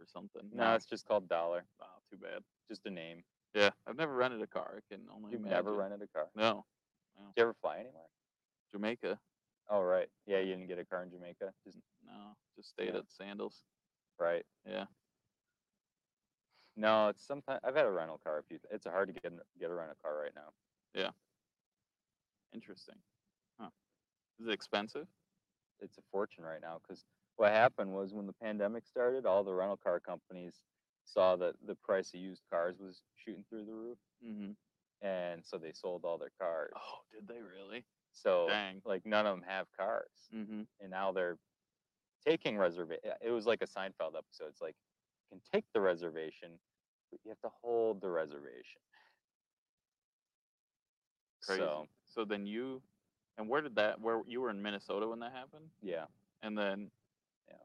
Speaker 2: or something.
Speaker 1: no, it's just called Dollar,
Speaker 2: wow, too bad.
Speaker 1: just a name.
Speaker 2: Yeah, I've never rented a car. I can only
Speaker 1: You've
Speaker 2: imagine.
Speaker 1: never rented a car.
Speaker 2: No,
Speaker 1: Did you ever fly anywhere?
Speaker 2: Jamaica.
Speaker 1: Oh, right. Yeah, you didn't get a car in Jamaica. Just
Speaker 2: No, just stayed
Speaker 1: Yeah.
Speaker 2: at Sandals.
Speaker 1: right.
Speaker 2: Yeah.
Speaker 1: No, it's sometimes I've had a rental car. If you, it's hard to get an- get a rental car right now.
Speaker 2: Interesting. Huh. Is it expensive?
Speaker 1: It's a fortune right now because what happened was when the pandemic started, all the rental car companies saw that the price of used cars was shooting through the roof,
Speaker 2: Mm-hmm.
Speaker 1: and so they sold all their cars.
Speaker 2: Oh, did they really?
Speaker 1: So
Speaker 2: Dang.
Speaker 1: like none of them have cars,
Speaker 2: Oh. Mm-hmm.
Speaker 1: and now they're taking reservation. It was like a Seinfeld episode. It's like you can take the reservation, but you have to hold the reservation.
Speaker 2: Crazy.
Speaker 1: So
Speaker 2: so then you, and where did that? Where you were in Minnesota when that happened?
Speaker 1: yeah,
Speaker 2: And then,
Speaker 1: Yeah.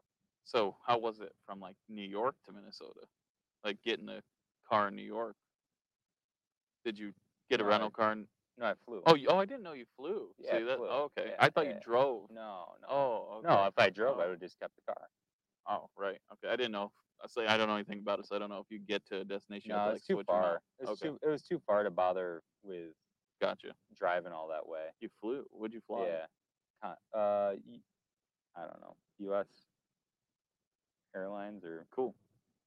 Speaker 2: So how was it from like New York to Minnesota? Like getting a car in New York. Did you get a
Speaker 1: No, I-
Speaker 2: rental car? In,
Speaker 1: no, I flew.
Speaker 2: oh, you, oh, I didn't know you flew.
Speaker 1: Yeah,
Speaker 2: See, that,
Speaker 1: flew.
Speaker 2: oh, okay.
Speaker 1: Yeah,
Speaker 2: I thought
Speaker 1: yeah.
Speaker 2: you drove.
Speaker 1: no, no.
Speaker 2: Oh, okay.
Speaker 1: No, if I drove, I
Speaker 2: Oh.
Speaker 1: would have just kept the car.
Speaker 2: Oh, right. Okay. I didn't know. I say I don't know anything about it, so I don't know if you get to a destination. you have
Speaker 1: No,
Speaker 2: to,
Speaker 1: it's
Speaker 2: like,
Speaker 1: too
Speaker 2: switch 'em out.
Speaker 1: far. It's
Speaker 2: Okay.
Speaker 1: too. It was too far to bother with
Speaker 2: Gotcha.
Speaker 1: driving all that way.
Speaker 2: You flew. Would you fly?
Speaker 1: Yeah. Con- uh, y- I don't know. U.S. Airlines or
Speaker 2: Cool.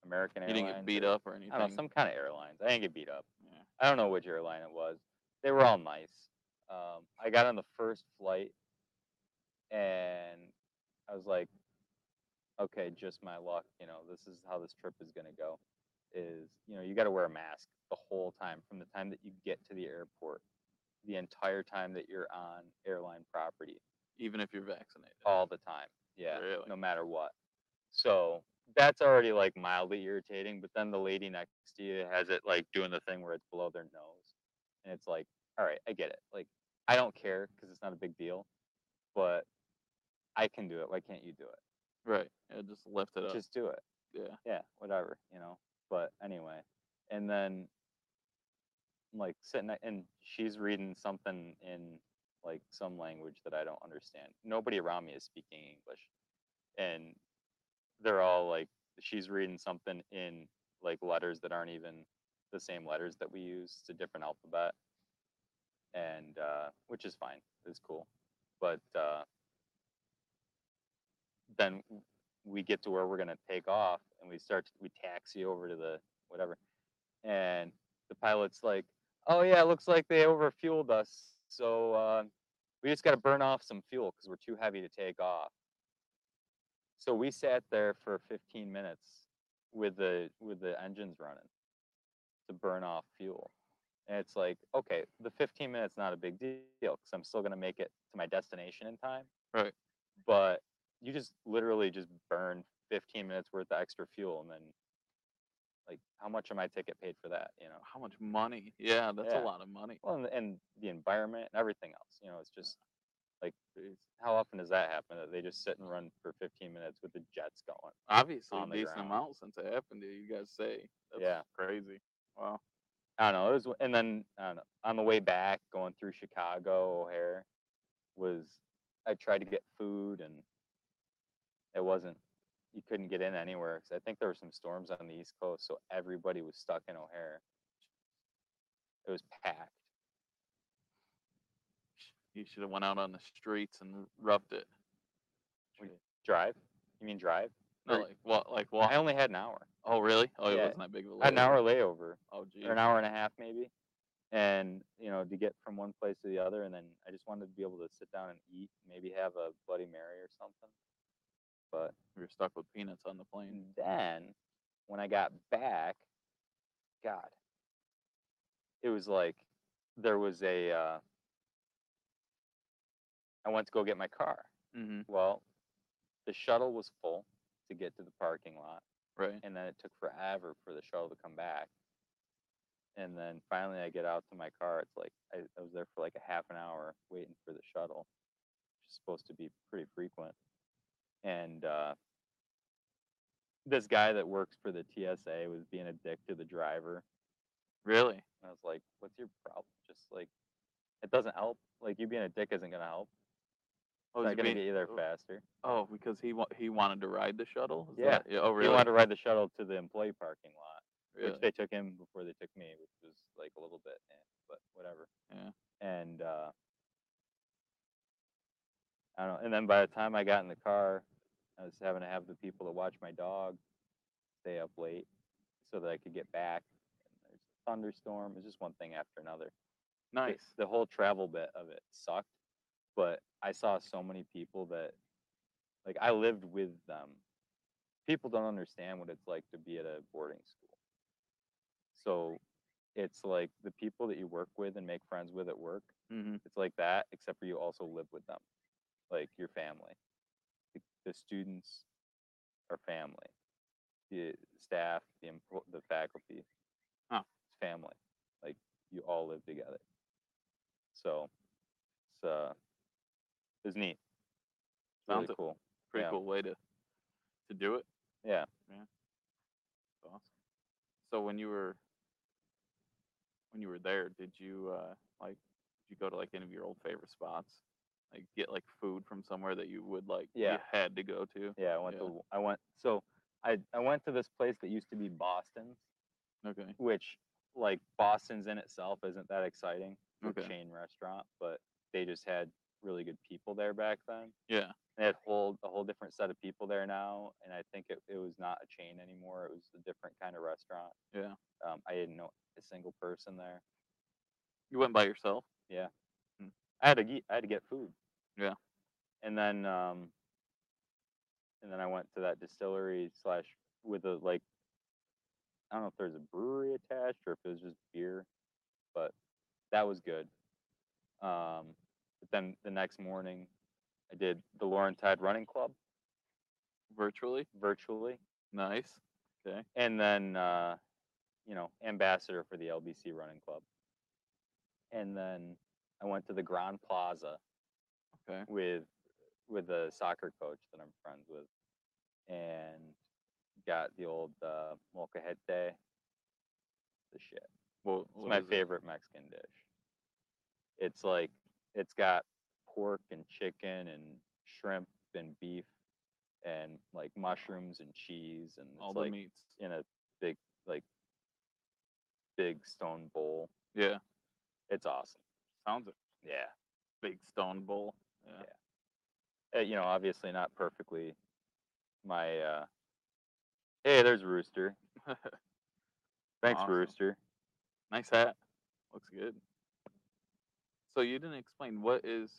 Speaker 1: American
Speaker 2: You
Speaker 1: Airlines.
Speaker 2: didn't get beat
Speaker 1: or-
Speaker 2: up or anything.
Speaker 1: I don't know, some kind of airlines. I didn't get beat up.
Speaker 2: yeah.
Speaker 1: I don't know which airline it was. They were all nice. Um, I got on the first flight, and I was like, "Okay, just my luck. You know, this is how this trip is going to go. Is you know, you got to wear a mask the whole time from the time that you get to the airport, the entire time that you're on airline property,
Speaker 2: Even if you're vaccinated.
Speaker 1: all the time. Yeah,
Speaker 2: Really?
Speaker 1: no matter what. So." That's already like mildly irritating, but then the lady next to you has it like doing the thing where it's below their nose and it's like, all right, I get it. Like, I don't care because it's not a big deal, but I can do it. Why can't you do it?
Speaker 2: Right. Yeah, just lift it up.
Speaker 1: Just do it.
Speaker 2: yeah.
Speaker 1: Yeah, whatever, you know. But anyway, and then like sitting ne- and she's reading something in like some language that I don't understand. Nobody around me is speaking English, and they're all like, she's reading something in like letters that aren't even the same letters that we use. It's a different alphabet, and uh, which is fine. It's cool, but uh, then we get to where we're gonna take off and we start to, we taxi over to the whatever and the pilot's like oh yeah it looks like they overfueled us so uh, we just gotta burn off some fuel because we're too heavy to take off so we sat there for 15 minutes with the with the engines running to burn off fuel and it's like okay the 15 minutes not a big deal because i'm still gonna make it to my destination in time
Speaker 2: Right.
Speaker 1: but you just literally just burn 15 minutes worth of extra fuel and then like how much of my ticket paid for that you know
Speaker 2: How much money? Yeah, that's
Speaker 1: Yeah.
Speaker 2: a lot of money.
Speaker 1: well and, and the environment and everything else you know it's just like
Speaker 2: Jeez.
Speaker 1: how often does that happen that they just sit and run for 15 minutes with the jets going
Speaker 2: Obviously,
Speaker 1: on the
Speaker 2: decent
Speaker 1: ground.
Speaker 2: amount since it happened to you. You guys say. That's
Speaker 1: Yeah.
Speaker 2: Crazy. Wow.
Speaker 1: i don't know it was w- and then I don't know, on the way back going through chicago o'hare was i tried to get food and it wasn't you couldn't get in anywhere 'cause i think there were some storms on the east coast so everybody was stuck in o'hare it was packed
Speaker 2: You should have went out on the streets and roughed it.
Speaker 1: We- drive you mean drive
Speaker 2: No,
Speaker 1: Or-
Speaker 2: like what? Like
Speaker 1: i
Speaker 2: what?
Speaker 1: only had an hour
Speaker 2: Oh, really? Oh, it
Speaker 1: Yeah.
Speaker 2: wasn't that big of a
Speaker 1: I had an
Speaker 2: layover.
Speaker 1: hour layover
Speaker 2: Oh, geez.
Speaker 1: or an hour and a half maybe and you know to get from one place to the other and then i just wanted to be able to sit down and eat maybe have a bloody mary or something but
Speaker 2: You're stuck with peanuts on the plane.
Speaker 1: And then when I got back, God, it was like there was a. Uh, I went to go get my car.
Speaker 2: Mm-hmm.
Speaker 1: Well, the shuttle was full to get to the parking lot,
Speaker 2: Right.
Speaker 1: and then it took forever for the shuttle to come back. And then finally, I get out to my car. It's like I, I was there for like a half an hour waiting for the shuttle, which is supposed to be pretty frequent. And uh, this guy that works for the TSA was being a dick to the driver.
Speaker 2: Really?
Speaker 1: And I was like, "What's your problem? Just like it doesn't help. Like you being a dick isn't gonna help.
Speaker 2: Oh, is
Speaker 1: it's not
Speaker 2: it
Speaker 1: gonna
Speaker 2: being-
Speaker 1: get you there
Speaker 2: oh,
Speaker 1: faster.
Speaker 2: Oh, because he wa- he wanted to ride the shuttle. Is
Speaker 1: Yeah.
Speaker 2: that- Oh, really?
Speaker 1: He wanted to ride the shuttle to the employee parking lot."
Speaker 2: really?
Speaker 1: which they took him before they took me, which was like a little bit, eh, but whatever.
Speaker 2: Yeah.
Speaker 1: And uh, I don't. know. And then by the time I got in the car, I was having to have the people that watch my dog stay up late, so that I could get back. And there's a thunderstorm. It's just one thing after another. The-
Speaker 2: Nice.
Speaker 1: The whole travel bit of it sucked, but I saw so many people that, like, I lived with them. People don't understand what it's like to be at a boarding school. So it's like the people that you work with and make friends with at work
Speaker 2: Mm-hmm.
Speaker 1: it's like that except for you also live with them like your family the, the students are family the staff the empl- the faculty
Speaker 2: Huh.
Speaker 1: it's family like you all live together so it's uh it's neat It's
Speaker 2: Sounds
Speaker 1: really
Speaker 2: it.
Speaker 1: cool
Speaker 2: Pretty
Speaker 1: Yeah.
Speaker 2: cool way to to do it.
Speaker 1: yeah
Speaker 2: Awesome. So when you were when you were there, did you uh, like did you go to like any of your old favorite spots? Like get like food from somewhere that you would like you
Speaker 1: Yeah.
Speaker 2: had to go to.
Speaker 1: yeah i went
Speaker 2: Yeah.
Speaker 1: to i went so i i went to this place that used to be boston's
Speaker 2: Okay.
Speaker 1: which like Boston's in itself isn't that exciting. for a
Speaker 2: Okay.
Speaker 1: chain restaurant, but they just had really good people there back then.
Speaker 2: Yeah.
Speaker 1: They had whole a whole different set of people there now, and I think it, it was not a chain anymore. It was a different kind of restaurant.
Speaker 2: Yeah.
Speaker 1: Um, I didn't know a single person there.
Speaker 2: You went by yourself.
Speaker 1: I had to get I had to get food.
Speaker 2: Yeah.
Speaker 1: And then um and then I went to that distillery slash with a like I don't know if there's a brewery attached or if it was just beer, but that was good. Um but then the next morning I did the Laurentide Running Club
Speaker 2: virtually.
Speaker 1: virtually
Speaker 2: Nice. Okay.
Speaker 1: and then uh, you know ambassador for the LBC Running Club, and then I went to the Grand Plaza,
Speaker 2: Okay.
Speaker 1: with with a soccer coach that I'm friends with, and got the old uh, molcajete, the shit.
Speaker 2: Well,
Speaker 1: It's my favorite Mexican dish. It's like it's got pork and chicken and shrimp and beef and like mushrooms and cheese and it's
Speaker 2: All
Speaker 1: like
Speaker 2: the meats.
Speaker 1: in a big like big stone bowl.
Speaker 2: Yeah.
Speaker 1: It's awesome.
Speaker 2: Sounds a
Speaker 1: Yeah.
Speaker 2: big stone bowl. Yeah.
Speaker 1: Uh, you know, obviously not perfectly my uh Hey, there's Rooster. Thanks,
Speaker 2: Awesome.
Speaker 1: Rooster.
Speaker 2: Nice hat. Looks good. So you didn't explain what is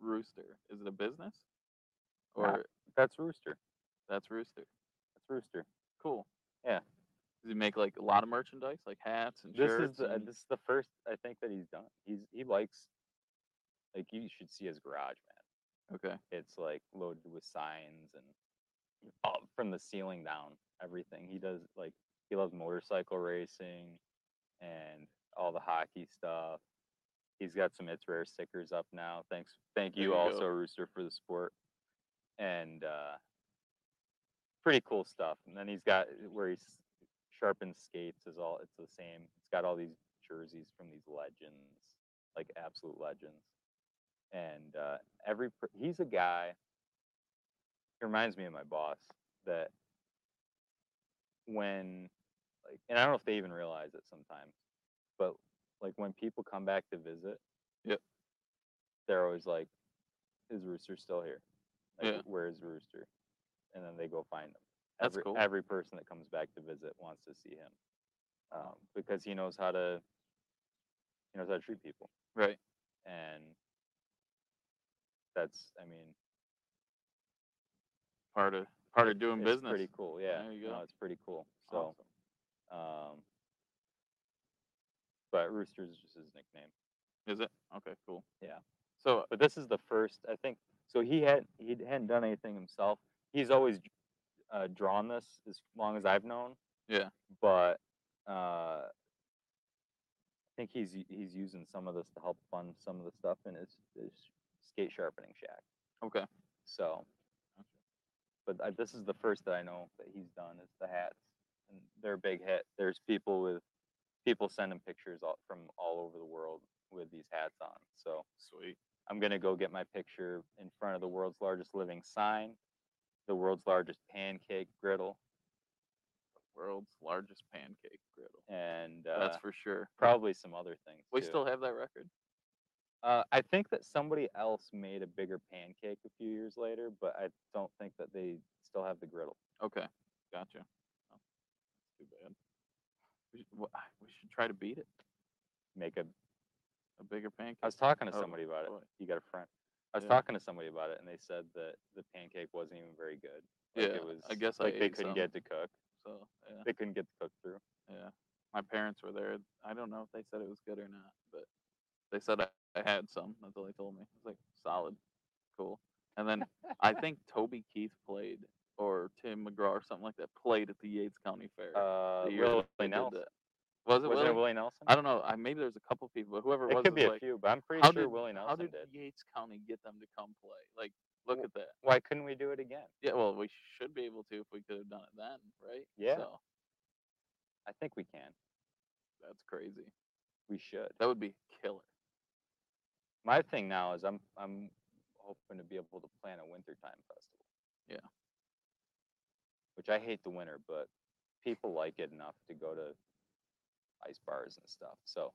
Speaker 2: Rooster? Is it a business? Or
Speaker 1: Nah. That's Rooster.
Speaker 2: that's Rooster.
Speaker 1: That's Rooster.
Speaker 2: Cool.
Speaker 1: Yeah.
Speaker 2: Does he make like a lot of merchandise, like hats and
Speaker 1: This
Speaker 2: shirts?
Speaker 1: is the, uh,
Speaker 2: and-
Speaker 1: this is the first I think that he's done. He's he likes like you should see his garage, man.
Speaker 2: Okay.
Speaker 1: It's like loaded with signs and up from the ceiling down, everything. He does like he loves motorcycle racing and all the hockey stuff. He's got some it's rare stickers up now. Thanks, thank
Speaker 2: There
Speaker 1: you,
Speaker 2: you go.
Speaker 1: also Rooster for the sport, and uh, pretty cool stuff. And then he's got uh, where he s- sharpens skates is all it's the same. It's got all these jerseys from these legends, like absolute legends, and uh, every per- he's a guy. He reminds me of my boss that when like and I don't know if they even realize it sometimes, but like when people come back to visit,
Speaker 2: Yep.
Speaker 1: they're always like, "Is Rooster still here? Like,
Speaker 2: Yeah.
Speaker 1: where is Rooster?" And then they go find him.
Speaker 2: That's
Speaker 1: every,
Speaker 2: cool.
Speaker 1: Every person that comes back to visit wants to see him um, because he knows how to he knows how to treat people,
Speaker 2: Right.
Speaker 1: and that's I mean
Speaker 2: Part of part of doing
Speaker 1: it's
Speaker 2: business.
Speaker 1: Pretty cool, yeah.
Speaker 2: There you go.
Speaker 1: No, it's pretty cool. So.
Speaker 2: Awesome.
Speaker 1: Um, but Rooster's just his nickname.
Speaker 2: Is it? Okay, cool.
Speaker 1: Yeah.
Speaker 2: So
Speaker 1: But this is the first, I think. So he had he hadn't done anything himself. He's always uh, drawn this as long as I've known.
Speaker 2: Yeah.
Speaker 1: But uh, I think he's u- he's using some of this to help fund some of the stuff in his, his skate sharpening shack.
Speaker 2: okay.
Speaker 1: So,
Speaker 2: Gotcha.
Speaker 1: but I, this is the first that I know that he's done is the hats, and they're a big hit. There's people with people sending pictures all, from all over the world with these hats on. So
Speaker 2: Sweet.
Speaker 1: I'm gonna go get my picture in front of the world's largest living sign, the world's largest pancake griddle,
Speaker 2: World's largest pancake griddle.
Speaker 1: and uh,
Speaker 2: That's for sure.
Speaker 1: probably some other things.
Speaker 2: We
Speaker 1: too.
Speaker 2: still have that record.
Speaker 1: Uh, I think that somebody else made a bigger pancake a few years later, but I don't think that they still have the griddle.
Speaker 2: Okay. Gotcha. Oh, that's too bad. We should, wha- we should try to beat it.
Speaker 1: Make a.
Speaker 2: A bigger pancake.
Speaker 1: I was talking to
Speaker 2: Oh,
Speaker 1: somebody about it.
Speaker 2: boy.
Speaker 1: You got a friend. I was
Speaker 2: Yeah.
Speaker 1: talking to somebody about it, and they said that the pancake wasn't even very good. Like
Speaker 2: Yeah,
Speaker 1: it was,
Speaker 2: I guess I
Speaker 1: like they
Speaker 2: ate
Speaker 1: couldn't
Speaker 2: some.
Speaker 1: get to cook.
Speaker 2: So yeah,
Speaker 1: They couldn't get the cook through.
Speaker 2: yeah. My parents were there. I don't know if they said it was good or not, but they said I, I had some. That's all they told me. It's like solid, cool. And then I think Toby Keith played, or Tim McGraw or something like that played at the Yates County Fair.
Speaker 1: Uh,
Speaker 2: the year
Speaker 1: Willie
Speaker 2: that they did
Speaker 1: Nelson.
Speaker 2: that. Was it
Speaker 1: Wasn't
Speaker 2: Willie?
Speaker 1: it Willie Nelson?
Speaker 2: I don't know. I, maybe there's a couple people, but whoever it was,
Speaker 1: it could
Speaker 2: was
Speaker 1: be a
Speaker 2: like,
Speaker 1: few, but I'm pretty
Speaker 2: how
Speaker 1: sure
Speaker 2: did-
Speaker 1: Willie
Speaker 2: how
Speaker 1: Nelson
Speaker 2: did,
Speaker 1: did.
Speaker 2: Yates County get them to come play? Like, look
Speaker 1: Wh-
Speaker 2: at that.
Speaker 1: Why couldn't we do it again?
Speaker 2: Yeah, well, we should be able to if we could have done it then, right?
Speaker 1: Yeah.
Speaker 2: So,
Speaker 1: I think we can.
Speaker 2: that's crazy.
Speaker 1: We should.
Speaker 2: That would be killer.
Speaker 1: My thing now is I'm I'm hoping to be able to plan a wintertime festival.
Speaker 2: Yeah.
Speaker 1: Which I hate the winter, but people like it enough to go to ice bars and stuff. So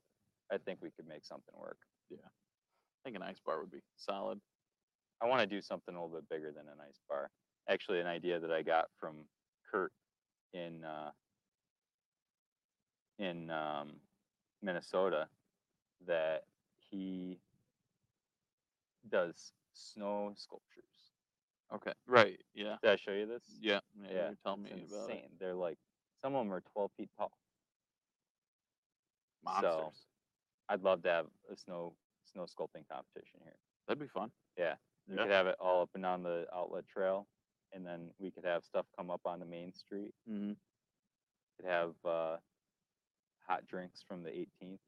Speaker 1: I think we could make something work.
Speaker 2: I think an ice bar would be solid.
Speaker 1: I want to do something a little bit bigger than an ice bar. Actually, an idea that I got from Kurt in uh, in um, Minnesota that he does snow sculptures.
Speaker 2: Okay. Right. Yeah.
Speaker 1: Did I show you this?
Speaker 2: Yeah. Yeah. you were telling me
Speaker 1: it's
Speaker 2: about
Speaker 1: insane.
Speaker 2: it.
Speaker 1: They're like some of them are 12 feet tall.
Speaker 2: monsters.
Speaker 1: I'd love to have a snow snow sculpting competition here.
Speaker 2: That'd be fun.
Speaker 1: We
Speaker 2: Yeah.
Speaker 1: could have it all up and down the outlet trail, and then we could have stuff come up on the main street.
Speaker 2: Mm-hmm.
Speaker 1: could have uh, hot drinks from the 18th.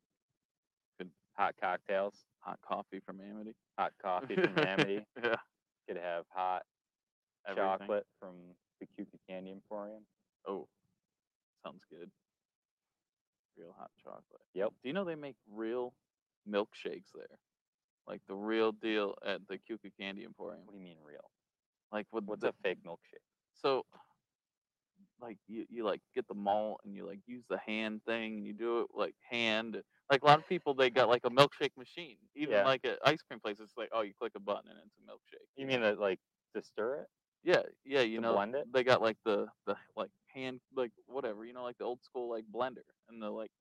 Speaker 2: Good.
Speaker 1: hot cocktails,
Speaker 2: Hot coffee from Amity.
Speaker 1: hot coffee from Amity.
Speaker 2: yeah.
Speaker 1: Could have hot
Speaker 2: everything.
Speaker 1: chocolate from the Cupid Candy Emporium.
Speaker 2: Oh, sounds good. Real hot chocolate.
Speaker 1: Yep.
Speaker 2: Do you know they make real milkshakes there? Like the real deal at the Cuca Candy Emporium.
Speaker 1: What do you mean real?
Speaker 2: Like with
Speaker 1: What's
Speaker 2: the
Speaker 1: a fake milkshake?
Speaker 2: so like you, you like get the malt and you like use the hand thing and you do it like hand like a lot of people they got like a milkshake machine even
Speaker 1: Yeah.
Speaker 2: like at ice cream places it's like oh you click a button and it's a milkshake
Speaker 1: You mean that like to stir it?
Speaker 2: yeah yeah you
Speaker 1: To
Speaker 2: know
Speaker 1: blend it?
Speaker 2: they got like the the like hand like whatever you know like the old school like blender and the like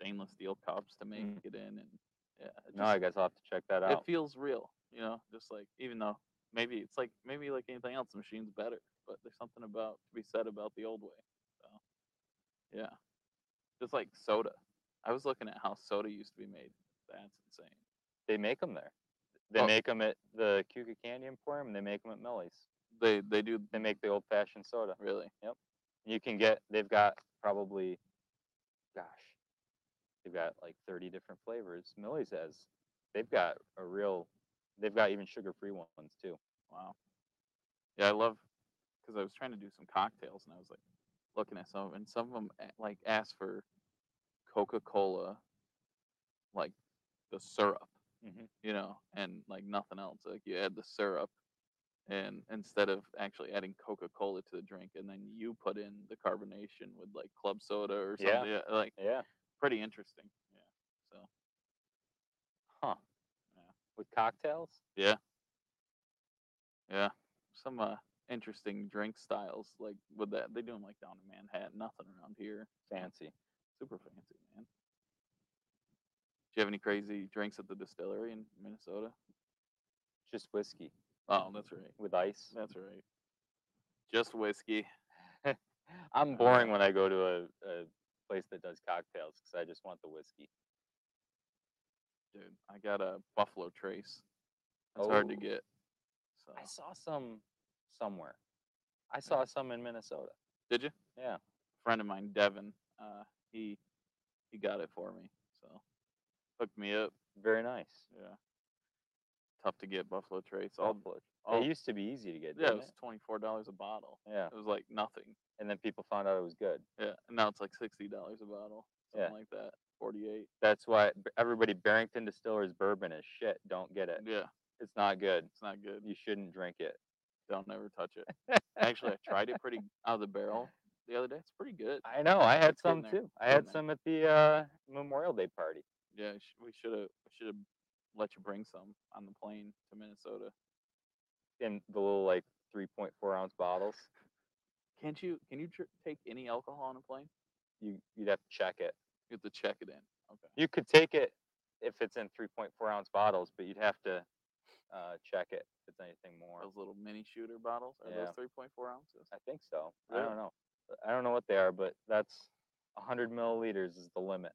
Speaker 2: stainless steel cups to make
Speaker 1: Mm.
Speaker 2: it in and yeah it
Speaker 1: No, I
Speaker 2: just-
Speaker 1: guess I'll have to check that
Speaker 2: it
Speaker 1: out.
Speaker 2: feels real you know just like even though maybe it's like maybe like anything else the machine's better but there's something about to be said about the old way so yeah just like soda i was looking at how soda used to be made that's insane
Speaker 1: They make them there. They
Speaker 2: Well-
Speaker 1: make 'em make them at the Cuca Candy Emporium. and They make them at Millie's.
Speaker 2: they they do
Speaker 1: They make the old-fashioned soda.
Speaker 2: really
Speaker 1: you can get they've got probably gosh they've got like 30 different flavors millie's has they've got a real they've got even sugar free ones too
Speaker 2: Wow. Yeah, I love because I was trying to do some cocktails and I was like looking at some of 'em, and some of them like asked for Coca Cola, like the syrup,
Speaker 1: Mhm.
Speaker 2: you know, and like nothing else. Like you add the syrup, and instead of actually adding Coca Cola to the drink, and then you put in the carbonation with like club soda or
Speaker 1: Yeah.
Speaker 2: something. Yeah, like
Speaker 1: yeah
Speaker 2: pretty interesting. Yeah. So
Speaker 1: with cocktails
Speaker 2: Yeah, some uh, interesting drink styles like with that. They do them like down in Manhattan. Nothing around here.
Speaker 1: fancy
Speaker 2: Super fancy, man. Do you have any crazy drinks at the distillery in Minnesota?
Speaker 1: just whiskey
Speaker 2: Oh, that's right.
Speaker 1: with ice
Speaker 2: That's right. Just whiskey.
Speaker 1: i'm boring when i go to a, a place that does cocktails because i just want the whiskey
Speaker 2: Dude, I got a Buffalo Trace. That's hard to
Speaker 1: Oh.
Speaker 2: get. So
Speaker 1: i saw some somewhere i saw some in minnesota
Speaker 2: did you?
Speaker 1: yeah
Speaker 2: friend of mine, Devin, uh, he he got it for me. So hooked me up.
Speaker 1: very nice
Speaker 2: Yeah. Tough to get Buffalo Trace. All,
Speaker 1: Buffalo.
Speaker 2: all
Speaker 1: it used to be easy to get
Speaker 2: Yeah, it
Speaker 1: didn't
Speaker 2: was twenty four dollars a bottle.
Speaker 1: it? yeah
Speaker 2: It was like nothing.
Speaker 1: and then people found out it was good
Speaker 2: Yeah, and now it's like sixty dollars a bottle, something
Speaker 1: Yeah.
Speaker 2: like that. Forty eight.
Speaker 1: That's why b- everybody Barrington Distillers bourbon is shit. Don't get it.
Speaker 2: Yeah,
Speaker 1: It's not good.
Speaker 2: it's not good.
Speaker 1: You shouldn't drink it.
Speaker 2: Don't ever touch it. Actually, I tried it pretty out of the barrel the other day. It's pretty good.
Speaker 1: I know. I had
Speaker 2: It's getting
Speaker 1: some
Speaker 2: there.
Speaker 1: too. I
Speaker 2: It's
Speaker 1: had
Speaker 2: getting there.
Speaker 1: some at the uh, Memorial Day party.
Speaker 2: Yeah, sh- we should have should have let you bring some on the plane to Minnesota.
Speaker 1: in the little like 3.4 ounce bottles.
Speaker 2: Can't you? Can you tr- take any alcohol on a plane?
Speaker 1: you you'd have to check it.
Speaker 2: You have to check it in. Okay.
Speaker 1: You could take it if it's in 3.4 ounce bottles, but you'd have to uh, check it if it's anything more.
Speaker 2: Those little mini shooter bottles are
Speaker 1: Yeah.
Speaker 2: those three point four ounces?
Speaker 1: I think so. I
Speaker 2: Really?
Speaker 1: don't know. I don't know what they are, but that's 100 milliliters is the limit.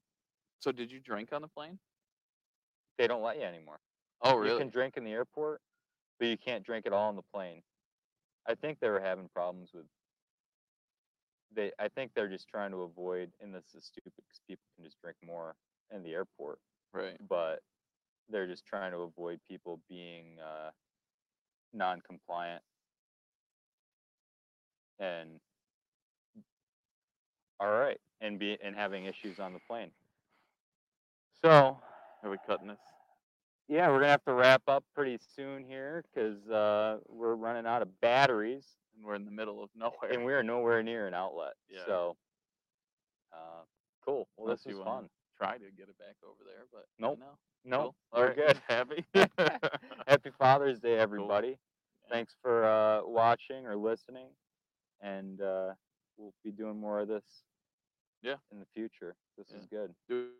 Speaker 2: So did you drink on the plane?
Speaker 1: They don't let you anymore.
Speaker 2: Oh
Speaker 1: You
Speaker 2: really?
Speaker 1: can drink in the airport, but you can't drink at all on the plane. I think they were having problems with. They, I think they're just trying to avoid, and this is stupid because people can just drink more in the airport,
Speaker 2: Right.
Speaker 1: but they're just trying to avoid people being uh, non-compliant. And all right, and be and having issues on the plane. So
Speaker 2: Are we cutting this?
Speaker 1: yeah, we're gonna have to wrap up pretty soon here because uh, we're running out of batteries,
Speaker 2: And we're in the middle of nowhere.
Speaker 1: and we are nowhere near an outlet.
Speaker 2: Yeah.
Speaker 1: So, uh, cool. Well,
Speaker 2: Unless
Speaker 1: this
Speaker 2: you um,
Speaker 1: was
Speaker 2: wanna
Speaker 1: fun.
Speaker 2: Try to get it back over there, but
Speaker 1: Nope.
Speaker 2: No.
Speaker 1: No,
Speaker 2: Cool.
Speaker 1: we're
Speaker 2: Alright,
Speaker 1: good.
Speaker 2: Happy.
Speaker 1: Happy Father's Day, everybody.
Speaker 2: Yeah.
Speaker 1: Thanks for uh, watching or listening, and uh, we'll be doing more of this.
Speaker 2: Yeah.
Speaker 1: In the future, this
Speaker 2: Yeah.
Speaker 1: is good.
Speaker 2: Do